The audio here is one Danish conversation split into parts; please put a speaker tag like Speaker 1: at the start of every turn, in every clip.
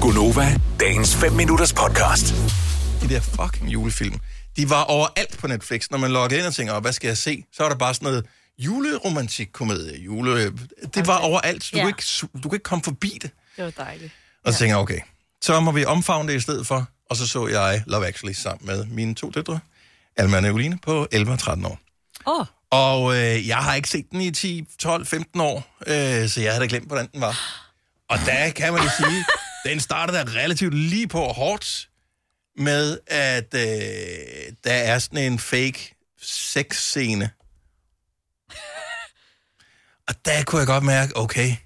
Speaker 1: Gunova, dagens 5 minutters podcast.
Speaker 2: de der fucking julefilm, de var overalt på Netflix. Når man logger ind og tænker, "Åh, hvad skal jeg se? Så er der bare sådan noget juleromantikkomedie, jule... Det var overalt. så Du,
Speaker 3: Ja.
Speaker 2: kunne ikke, su- du kunne ikke komme forbi det.
Speaker 3: Det var dejligt.
Speaker 2: Og så tænker jeg, okay, så må vi omfavne det i stedet for. Og så så jeg Love Actually sammen med mine to døtre, Alma og Nicoline, på 11 og 13 år.
Speaker 3: Åh, oh,
Speaker 2: Og øh, jeg har ikke set den i 10, 12, 15 år, øh, så jeg havde da glemt, hvordan den var. Og der kan man jo sige, den startede da relativt lige på hårdt med, at øh, der er sådan en fake sexscene. Og der kunne jeg godt mærke, okay,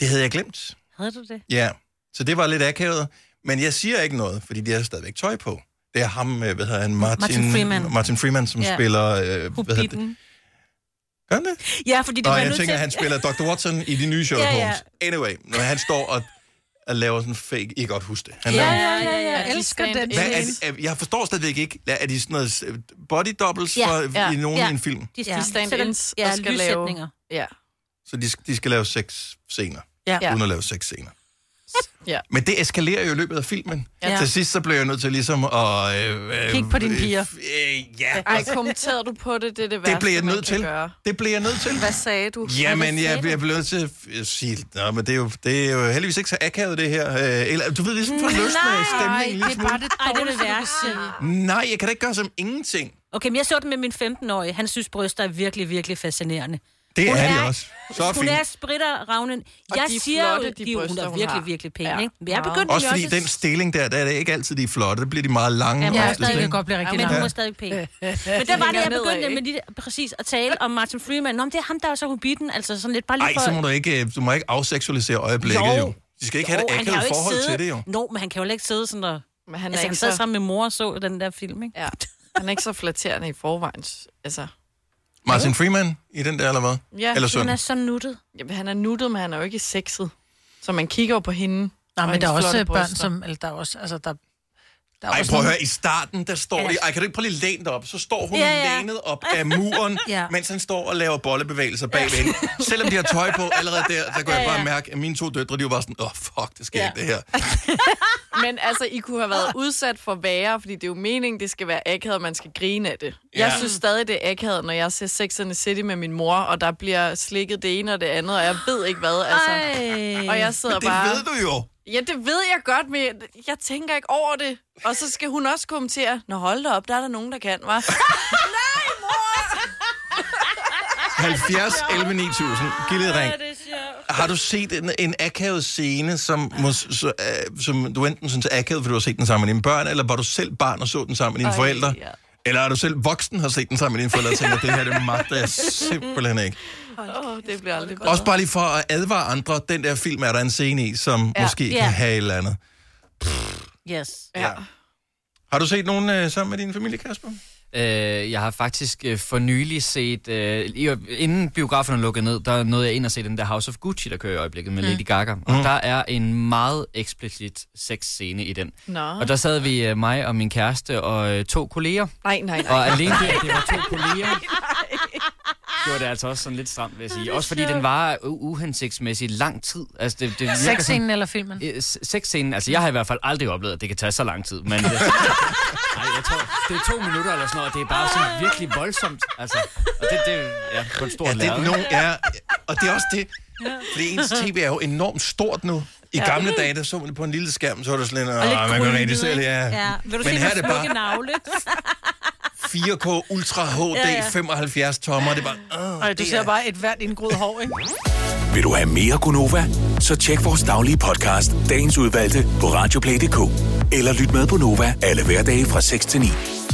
Speaker 2: det havde jeg glemt.
Speaker 3: havde du det?
Speaker 2: Ja, så det var lidt akavet. Men jeg siger ikke noget, fordi de har stadigvæk tøj på. Det er ham, øh, hvad hedder han, Martin,
Speaker 3: Martin Freeman.
Speaker 2: Martin Freeman som
Speaker 3: Ja.
Speaker 2: spiller... Øh, hvad hedder det?
Speaker 3: Hobbiten.
Speaker 2: Gør han det?
Speaker 3: Ja, fordi det
Speaker 2: Nå,
Speaker 3: var
Speaker 2: jeg
Speaker 3: nødt
Speaker 2: tænker,
Speaker 3: til...
Speaker 2: at han spiller Dr. Watson i de nye Sherlock
Speaker 3: Ja, ja.
Speaker 2: Holmes. Anyway, når han står og, og laver sådan en fake... I kan godt huske det. Han
Speaker 3: Ja,
Speaker 2: laver,
Speaker 3: ja, ja, ja. Jeg
Speaker 4: De
Speaker 3: elsker
Speaker 4: stand-
Speaker 3: den
Speaker 2: hvad er,
Speaker 3: scene.
Speaker 2: det- er, jeg forstår stadigvæk ikke, er de sådan noget øh, body doubles
Speaker 3: Ja,
Speaker 2: ja, for, ja,
Speaker 4: ja,
Speaker 2: i nogen
Speaker 3: ja.
Speaker 2: ja. en film?
Speaker 3: De,
Speaker 4: de stand-ins
Speaker 3: ja,
Speaker 4: og skal lave-
Speaker 3: lyssætninger.
Speaker 4: Ja.
Speaker 2: Så de, de skal lave seks scener,
Speaker 4: Ja.
Speaker 2: ja. uden at lave seks scener.
Speaker 4: Ja.
Speaker 2: Men det eskalerer jo i løbet af filmen. Ja.
Speaker 4: Ja.
Speaker 2: Til sidst så blev jeg nødt til ligesom at... Øh, øh,
Speaker 3: Kig på dine piger.
Speaker 2: Øh, ja,
Speaker 4: Ej, kommenterede du på det? Det er det værste,
Speaker 2: det blev jeg
Speaker 4: man
Speaker 2: nødt
Speaker 4: kan
Speaker 2: til.
Speaker 4: Gøre.
Speaker 2: Det blev jeg nødt til.
Speaker 4: Hvad sagde du?
Speaker 2: Jamen,
Speaker 3: sagde
Speaker 2: jeg,
Speaker 3: du?
Speaker 2: jeg blev nødt til at f- sige, Nå, men det er, jo, det er jo heldigvis ikke så akavet, det her. Øh, eller, du ved, ligesom for løsne stemningen.
Speaker 4: det
Speaker 2: Ligesom.
Speaker 4: er bare det
Speaker 3: Ej, det er
Speaker 4: dårligste,
Speaker 3: det
Speaker 4: du
Speaker 3: værste.
Speaker 4: kan sige.
Speaker 2: Nej, jeg kan da ikke gøre som ingenting.
Speaker 3: Okay, men jeg så den med min 15-årige. Han synes, bryster er virkelig, virkelig fascinerende.
Speaker 2: Det
Speaker 3: Hun
Speaker 2: er
Speaker 3: er-
Speaker 2: det også. Så
Speaker 3: hun
Speaker 2: fint.
Speaker 3: er spritter, Ravnen.
Speaker 4: Og
Speaker 3: Jeg
Speaker 4: de er
Speaker 3: siger
Speaker 4: flotte,
Speaker 3: jo,
Speaker 4: de
Speaker 3: de, hun
Speaker 4: bryster,
Speaker 3: er
Speaker 4: hun
Speaker 3: virkelig,
Speaker 4: har.
Speaker 3: virkelig pæn,
Speaker 4: Ja.
Speaker 3: ikke? Men jeg
Speaker 4: Meget.
Speaker 3: begyndte
Speaker 2: Også
Speaker 3: jo
Speaker 2: fordi den stilling der, der er det ikke altid, de er flotte. Der bliver de meget lange.
Speaker 3: Ja, men
Speaker 2: oftest,
Speaker 3: stadig
Speaker 2: ikke?
Speaker 3: kan godt
Speaker 4: blive
Speaker 3: Men hun var stadig pæn.
Speaker 4: Øh,
Speaker 3: Men der var det, jeg begyndte med lige præcis at tale om Martin Freeman. Nå, men det er ham, der er så hobbiten, altså sådan lidt bare lige
Speaker 2: Ej,
Speaker 3: for...
Speaker 2: så må du ikke, øh, du må ikke afseksualisere øjeblikket jo.
Speaker 3: Jo.
Speaker 2: jo. De skal ikke have
Speaker 3: Jo,
Speaker 2: et
Speaker 3: han kan
Speaker 2: akavet
Speaker 3: jo ikke
Speaker 2: forhold
Speaker 3: sidde...
Speaker 2: til det jo.
Speaker 3: Nå, men han kan jo heller ikke sidde sådan der...
Speaker 4: Men han er,
Speaker 3: Altså, han
Speaker 4: ikke
Speaker 3: sad
Speaker 4: så,
Speaker 3: sammen med mor og så den der film, ikke?
Speaker 4: ja. han er ikke så flatterende i forvejen. Altså,
Speaker 2: Martin Freeman i den der, eller hvad?
Speaker 4: Ja,
Speaker 2: eller
Speaker 3: Hun
Speaker 2: sådan.
Speaker 3: er så nuttet.
Speaker 4: jamen, han er nuttet, men han er jo ikke sexet. Så man kigger jo på hende.
Speaker 5: Nej,
Speaker 4: og
Speaker 5: men der er
Speaker 4: hendes
Speaker 5: også
Speaker 4: flotte
Speaker 5: børn,
Speaker 4: bryster.
Speaker 5: som... Eller der er også, altså, der, der er
Speaker 2: Ej,
Speaker 5: også
Speaker 2: prøv at
Speaker 5: nogle-
Speaker 2: høre, i starten, der står de, ej, kan du ikke prøve lige at læne dig op? Så står hun ja,
Speaker 3: Ja,
Speaker 2: ja.
Speaker 3: ja.
Speaker 2: lænet op af muren, ja.
Speaker 5: Ja.
Speaker 2: mens han står og laver bollebevægelser bagved hende. Selvom de har tøj på allerede der, der kunne jeg
Speaker 3: Ja, ja.
Speaker 2: bare mærke, at mine to døtre, de var bare sådan, åh, oh, fuck, det sker ja.
Speaker 3: Ja.
Speaker 2: ikke, det her.
Speaker 4: Men altså, I kunne have været udsat for værre, fordi det er jo meningen, det skal være akavet, og man skal grine af det.
Speaker 2: Ja.
Speaker 4: Jeg synes stadig, det er akavet, når jeg ser Sex and the City med min mor, og der bliver slikket det ene og det andet, og jeg ved ikke hvad, altså.
Speaker 3: Øh,
Speaker 4: Og jeg sidder
Speaker 2: Det
Speaker 4: bare...
Speaker 2: ved du jo.
Speaker 4: Ja, det ved jeg godt, men jeg tænker ikke over det. Og så skal hun også kommentere, Nå hold da op, der er der nogen, der kan, var.
Speaker 2: 70, 11, 9000. Giv lidt ring. Har du set en, en akavet scene, som, mås, så, øh, som du enten synes er akavet, fordi du har set den sammen med dine børn, eller var du selv barn og så den sammen med dine
Speaker 4: Ej,
Speaker 2: forældre?
Speaker 4: ja.
Speaker 2: Eller er du selv voksen har set den sammen med dine forældre og tænker, det her, det magter jeg simpelthen ikke.
Speaker 4: Åh, oh, det bliver aldrig godt.
Speaker 2: Også bare lige for at advare andre, den der film er der en scene i, som ja.
Speaker 4: Ja.
Speaker 2: måske
Speaker 3: Ja.
Speaker 2: kan have et eller andet.
Speaker 3: Yes.
Speaker 2: Ja. Har du set nogen øh, sammen med din familie, Kasper?
Speaker 6: Øh, jeg har faktisk øh, for nylig set, øh, i- inden biograferne lukkede ned, der nåede jeg ind og se den der House of Gucci, der kører i øjeblikket med mm. Lady Gaga. Og mm. der er en meget eksplicit sexscene i den.
Speaker 4: Nå.
Speaker 6: Og der sad vi, øh, mig og min kæreste og øh, to kolleger.
Speaker 4: Nej, nej, nej.
Speaker 6: Og alene det, at det var to kolleger, gjorde det altså også sådan lidt stramt, vil jeg sige. Også fordi den var u- uhensigtsmæssigt lang tid. Altså, det, det virker sådan-
Speaker 5: Sexscenen eller filmen?
Speaker 6: Øh, s- Sexscenen, altså jeg har i hvert fald aldrig oplevet, at det kan tage så lang tid, men... øh, Nej, jeg tror, det er to minutter eller sådan noget, og det er bare sådan virkelig voldsomt, altså. Og det, det ja, på en stor
Speaker 2: Ja,
Speaker 6: lærred.
Speaker 2: det, nogen er, og det er også det. Fordi ens tv er jo enormt stort nu. I gamle dage, der så man det på en lille skærm, så var det sådan lidt,
Speaker 3: lidt
Speaker 2: "Åh, man kan
Speaker 3: krøllet,
Speaker 2: rigtig selv,
Speaker 3: ikke?
Speaker 2: ja.
Speaker 3: Ja, vil
Speaker 2: Men
Speaker 3: du se
Speaker 2: her
Speaker 3: min
Speaker 2: er det bare
Speaker 3: smukke navle?
Speaker 2: 4K Ultra HD, ja,
Speaker 3: Ja,
Speaker 2: ja.
Speaker 3: ja.
Speaker 2: 75 tommer, det er bare... Uh.
Speaker 5: Nej, du ser bare et hvert indgroet hår, ikke?
Speaker 1: Vil du have mere Gunova? Så tjek vores daglige podcast, dagens udvalgte, på radioplay.dk. Eller lyt med på Nova alle hverdage fra 6 til 9.